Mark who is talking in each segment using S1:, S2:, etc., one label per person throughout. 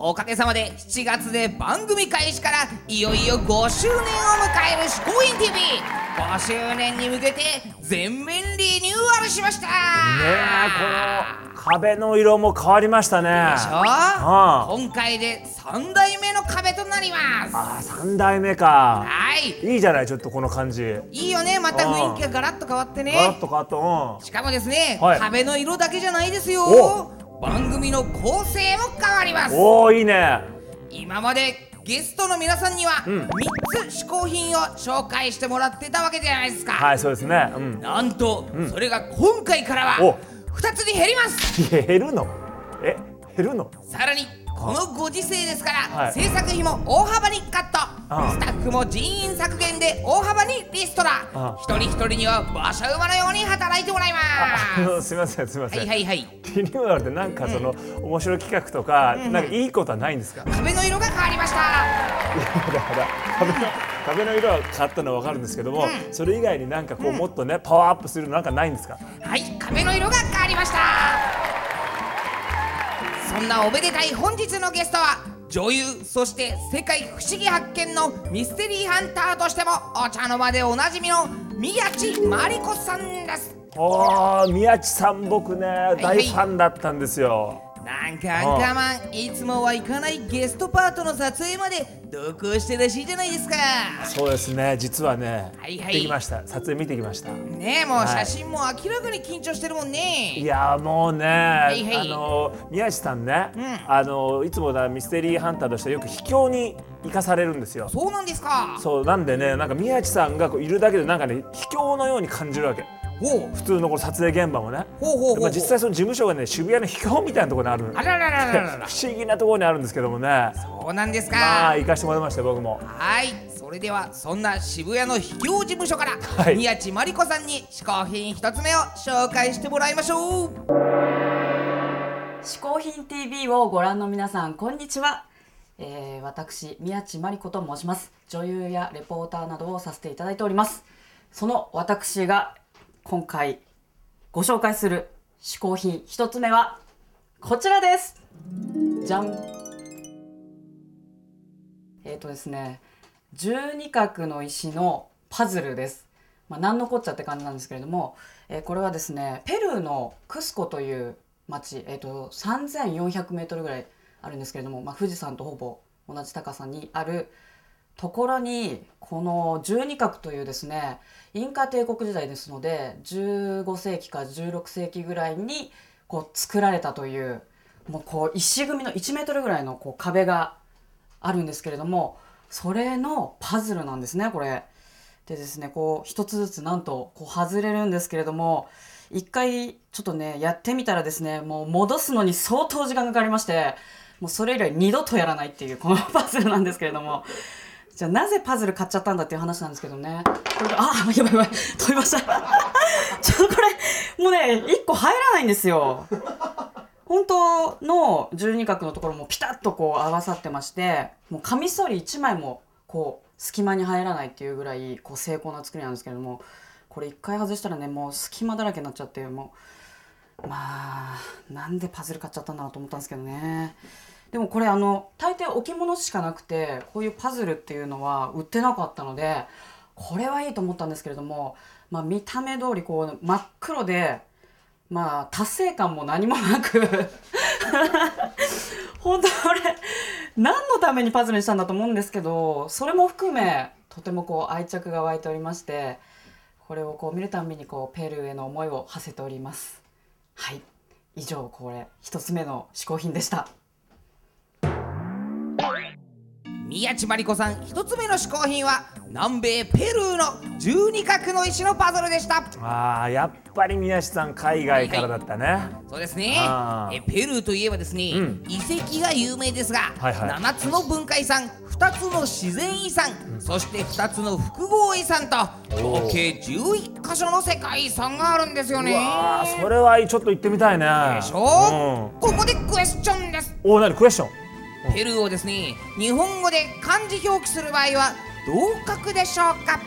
S1: おかげさまで7月で番組開始からいよいよ5周年を迎える「嗜好品 TV」5周年に向けて全面リニューアルしましたね
S2: ねえこの壁の色も変わりましたね。
S1: でしょ、
S2: あ
S1: 今回で3代目の壁となりますは
S2: あ3代目か
S1: い
S2: いいじゃないちょっとこの感じ。
S1: いいよねまた雰囲気がガラッと変わってね
S2: ガラッと変わったうん
S1: しかもですね、
S2: はい
S1: 壁の色だけじゃないですよ
S2: お
S1: 番組の構成も変わります
S2: おおいいね
S1: 今までゲストの皆さんには
S2: ん
S1: 3つ嗜好品を紹介してもらってたわけじゃないですか、
S2: はいそうですねうん
S1: なんと、それが今回から
S2: お
S1: は2つに減ります
S2: 減るのえ減るの
S1: さらにこのご時世ですから、
S2: はい
S1: 制作費も大幅にカット
S2: ああ
S1: スタッフも人員削減で大幅にリストラ
S2: ああ
S1: 一人一人には馬車馬のように働いてもらいま
S2: あ
S1: す
S2: のすみませんすみませ
S1: は
S2: ん、
S1: いはいはい
S2: リニューアルでなんかその、面白い企画とか、なんかいいことはないんですか、
S1: 壁の色が変わりました
S2: だから壁の壁の色は変わったのはわかるんですけども、それ以外になんかこうもっとねパワーアップするのなんかないんですか、
S1: はい壁の色が変わりましたそんなおめでたい本日のゲストは女優そして世界不思議発見のミステリーハンターとしてもお茶の間でおなじみの宮地真理子さんです
S2: おー宮地さん僕ね
S1: い
S2: 大ファンだったんですよ、
S1: なんかアンカーマンいつもは行かないゲストパートの撮影まで同行してらしいじゃないですか
S2: そうですね実はね、
S1: はい
S2: 行
S1: はい
S2: ってきました撮影見てきました
S1: ねえも
S2: は
S1: う
S2: い
S1: 写真も明らかに緊張してるもん
S2: い
S1: ね
S2: やーもうね、
S1: いはい
S2: あのー宮地さんね、
S1: ん
S2: あのーいつもだミステリーハンターとしてよく秘境に行かされるんですよ。
S1: そうなんですか
S2: そうなんでねなんか宮地さんがこういるだけでなんかね秘境のように感じるわけ
S1: ほう
S2: 普通のこの撮影現場もね
S1: ほうほうほう
S2: でまあ実際その事務所がね渋谷の秘境みたいなところにある
S1: あらららららら
S2: 不思議なところにあるんですけどもね
S1: そうなんですか
S2: まあ行かしてもらいましたよ僕も
S1: はいそれではそんな渋谷の秘境事務所から、
S2: はい
S1: 宮地真理子さんに嗜好品一つ目を紹介してもらいましょう
S3: 嗜好品 TV をご覧の皆さんこんにちは、えー私宮地真理子と申します女優やレポーターなどをさせていただいておりますその私が今回ご紹介する嗜好品一つ目はこちらですじゃんえっ、とですね12角の石のパズルですまあ、何のこっちゃって感じなんですけれども、えーこれはですねペルーのクスコという町、えー、と3400メートルぐらいあるんですけれども、まあ、富士山とほぼ同じ高さにあるところにこの十二角というですねインカ帝国時代ですので15世紀か16世紀ぐらいにこう作られたというもうこう石組みの1メートルぐらいのこう壁があるんですけれどもそれのパズルなんですねこれ。でですねこう一つずつなんとこう外れるんですけれども一回ちょっとねやってみたらですねもう戻すのに相当時間がかかりましてもうそれ以来二度とやらないっていうこのパズルなんですけれども。じゃあなぜパズル買っちゃったんだっていう話なんですけどね。これああ、やばいやばい、飛びました。 ちょっとこれ、もうね、一個入らないんですよ。本当の十二角のところもピタッとこう合わさってましてもうカミソリ1枚もこう隙間に入らないっていうぐらいこう精巧な作りなんですけれどもこれ一回外したらねもう隙間だらけになっちゃってもうまあなんでパズル買っちゃったんだろうと思ったんですけどねでもこれあの大抵置物しかなくてこういうパズルっていうのは売ってなかったのでこれはいいと思ったんですけれども、まあ、見た目通りこう真っ黒でまあ達成感も何もなく 本当これ何のためにパズルにしたんだと思うんですけどそれも含めとてもこう愛着が湧いておりましてこれをこう見るたんびにこうペルーへの思いを馳せておりますはい以上これ一つ目の嗜好品でした
S1: 宮地真理子さん1つ目の嗜好品は南米ペルーの十二角の石のパズルでした
S2: あーやっぱり宮地さん海外からだったね、
S1: そうですね
S2: あー
S1: えペルーといえばですね、
S2: うん
S1: 遺跡が有名ですが、
S2: はいはい
S1: 7つの文化遺産2つの自然遺産、そして2つの複合遺産と合計11箇所の世界遺産があるんですよね。
S2: わあそれはちょっと行ってみたいね
S1: でしょ、ここでクエスチョンです
S2: うん、おなにクエスチョン
S1: ペルーをですね日本語で漢字表記する場合はどう書くでしょうか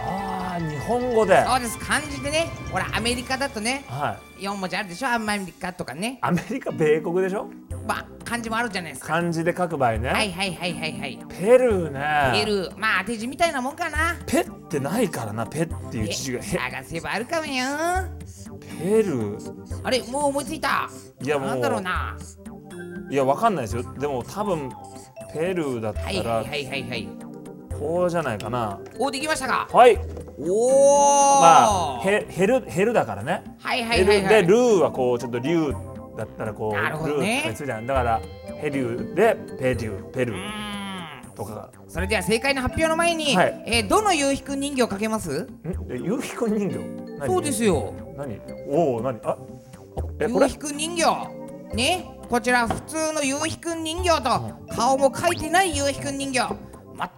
S2: ああ日本語では
S1: そうです漢字でねほらアメリカだとね
S2: い
S1: 4文字あるでしょアメリカとかね
S2: アメリカ米国でしょ
S1: まあ漢字もあるじゃないですか
S2: 漢字で書く場合ね、
S1: はいはいはいはいはい
S2: ペルーね
S1: ペルーまあ当て字みたいなもんかな
S2: ペってないからなペっていう
S1: え
S2: 字がへ
S1: 探せばあるかもよ
S2: ペルー
S1: あれもう思いついた
S2: いやもう
S1: なんだろうない
S2: やわかんないですよでも多分ペルーだった
S1: はいは
S2: ら
S1: いはいはいはい
S2: こうじゃないかな
S1: おできましたか
S2: はい
S1: おお
S2: まあへ減る減るだからね
S1: はいはい
S2: 減
S1: は
S2: る
S1: いは
S2: で
S1: い
S2: ルーはこうちょっと竜だったらこう
S1: なるほどね
S2: ルーってついじゃんだからヘリューでペリューペル
S1: う
S2: ー
S1: ーん
S2: とか
S1: それでは正解の発表の前に、
S2: はい
S1: えーどの夕日くん人形かけます
S2: がんえ夕日くん人形何
S1: そうですよ
S2: 何おお何あえこ
S1: 夕
S2: れ
S1: 日くん人形ねこちら普通の夕日くん人形と顔も描いてない夕日くん人形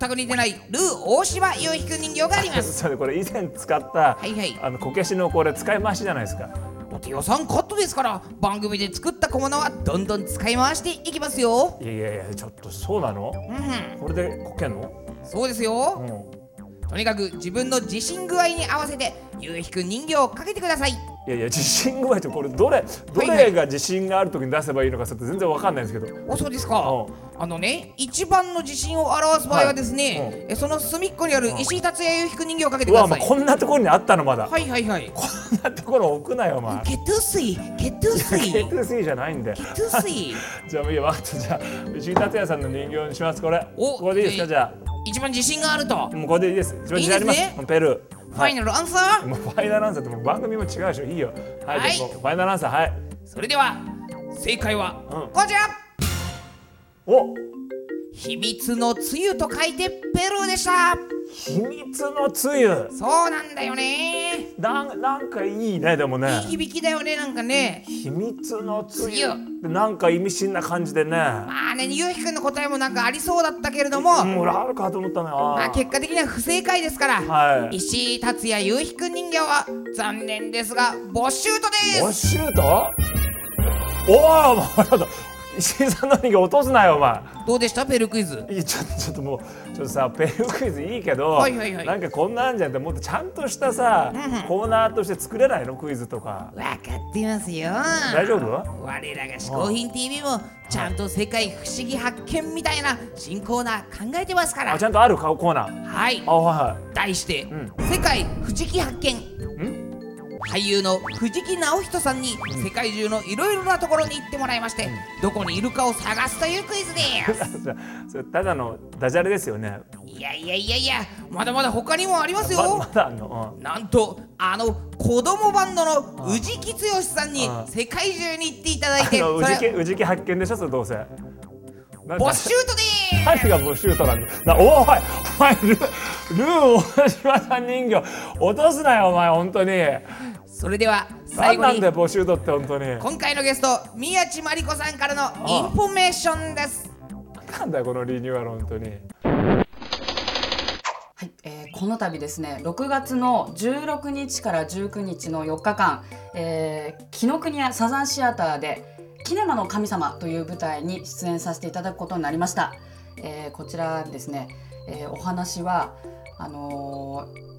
S1: 全く似てないルー大芝夕日くん人形がありま す
S2: それこれ以前使った、
S1: はいはい
S2: あのこけしのこれ使い回しじゃないですか
S1: だって予算カットですから番組で作った小物はどんどん使い回していきますよ
S2: いやいやいやちょっとそうなの
S1: うん
S2: これでこけんの
S1: そうです
S2: う
S1: よ
S2: ん
S1: とにかく自分の自信具合に合わせて夕日くん人形をかけてください
S2: いやいや自信具合ってこれどれど
S1: はいは
S2: れ
S1: い
S2: が自信がある時に出せばいいのかちょっと全然わかんないんですけど
S1: おそうですか、あのね一番の自信を表す場合はですね、
S2: はい
S1: えその隅っこにある石井達也夕日くん人形をかけて
S2: う
S1: く
S2: わ
S1: だ
S2: ま
S1: さ
S2: あ
S1: い
S2: こんなところにあったのまだ、
S1: はいはいはい
S2: こんなところ置くなよお前
S1: ケトゥ スイケトゥスイ
S2: ケ
S1: ケ
S2: トゥスイじゃないんで
S1: トゥスイ
S2: じゃあいいやわかったじゃあ石井達也さんの人形にしますこれ
S1: お
S2: これでいいですか
S1: えい
S2: じゃ
S1: 一番自信があると、
S2: あもうこれでいいです一番自信あります
S1: いいです
S2: ペルー
S1: ファイナルアンサー
S2: もうファイナルアンサーってもう番組も違うでしょいいよはい、
S1: はい
S2: じゃあもうファイナルアンサーはい
S1: それでは正解は、
S2: うん
S1: こちら
S2: お
S1: 秘密のつゆと書いてペルーでした
S2: 秘密のつゆ
S1: そうなんだよね
S2: なんなんかいいねでもね
S1: いい響きだよねなんかね
S2: 秘密のつゆ
S1: つゆ
S2: ってなんか意味深な感じでね
S1: まあねゆうひくんの答えもなんかありそうだったけれども、
S2: もう俺あるかと思ったのよ
S1: まあ、結果的には不正解ですから、
S2: はい
S1: 石井達也ゆうひくん人形は残念ですが没収とで
S2: お
S1: す
S2: シュートおおもうちょっと石井さんの人形落とすなよお前
S1: どうでしたペルクイズ
S2: いやちょっとちょっともうちょっとさペルクイズいいけど、
S1: はいはいはい
S2: なんかこんなんじゃんってもっとちゃんとしたさ、コーナーとして作れないのクイズとか
S1: 分かってますよ
S2: 大丈夫
S1: 我らが嗜好品 TV もちゃんと世界不思議発見みたいな新コーナー考えてますか
S2: あ
S1: ら
S2: ちゃんとあるかコーナー
S1: はい
S2: あはいはい
S1: 題して、
S2: ん
S1: 世界不思議発見俳優の藤木直人さんに世界中のいろいろなところに行ってもらいまして、どこにいるかを探すというクイズです
S2: それただのダジャレですよね
S1: いやいやいやいやまだまだ他にもあります
S2: ま
S1: よ、
S2: まだあんの、
S1: なんとあの子供バンドの宇治木剛さんに
S2: ああ
S1: 世界中に行っていただい
S2: うん、あ
S1: て
S2: の宇治
S1: そ
S2: 家
S1: れ
S2: 宇治家発見でしょそれどうせなんか
S1: ボッシュートでーす
S2: 何がボシュートなんだなおいお前ルルー大島さん人形落とすなよお前本当に
S1: それでは
S2: 何
S1: 最後
S2: なん
S1: に
S2: だよボシュートって本当に
S1: 今回のゲスト宮地真理子さんからのインフォメーションです
S2: なんだよこのリニューアル本当に。
S3: はい、えーこの度ですね6月の16日から19日の4日間、えー、紀ノ国屋サザンシアターで「キネマの神様」という舞台に出演させていただくことになりました、えーこちらですね、えーお話はあのー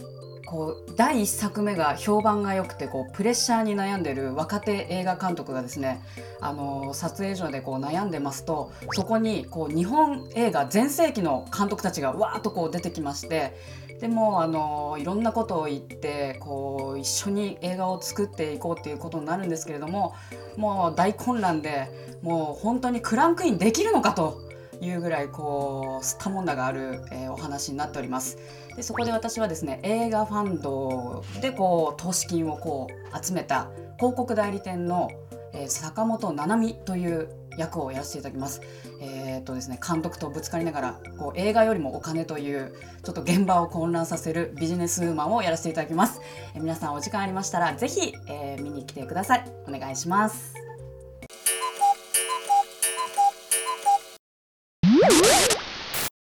S3: こう第1作目が評判が良くてこうプレッシャーに悩んでる若手映画監督がですね、あのー撮影所でこう悩んでますとそこにこう日本映画全盛期の監督たちがわーっとこう出てきましてでもあのいろんなことを言ってこう一緒に映画を作っていこうっていうことになるんですけれどももう大混乱でもう本当にクランクインできるのかというぐらいこう吸ったもんだがある、えーお話になっております。でそこで私はですね映画ファンドでこう投資金をこう集めた広告代理店の、えー坂本七海という役をやらせていただきます。えーっとですね、監督とぶつかりながらこう映画よりもお金というちょっと現場を混乱させるビジネスウーマンをやらせていただきます。えー皆さんお時間ありましたらぜひ、えー見に来てください。お願いします。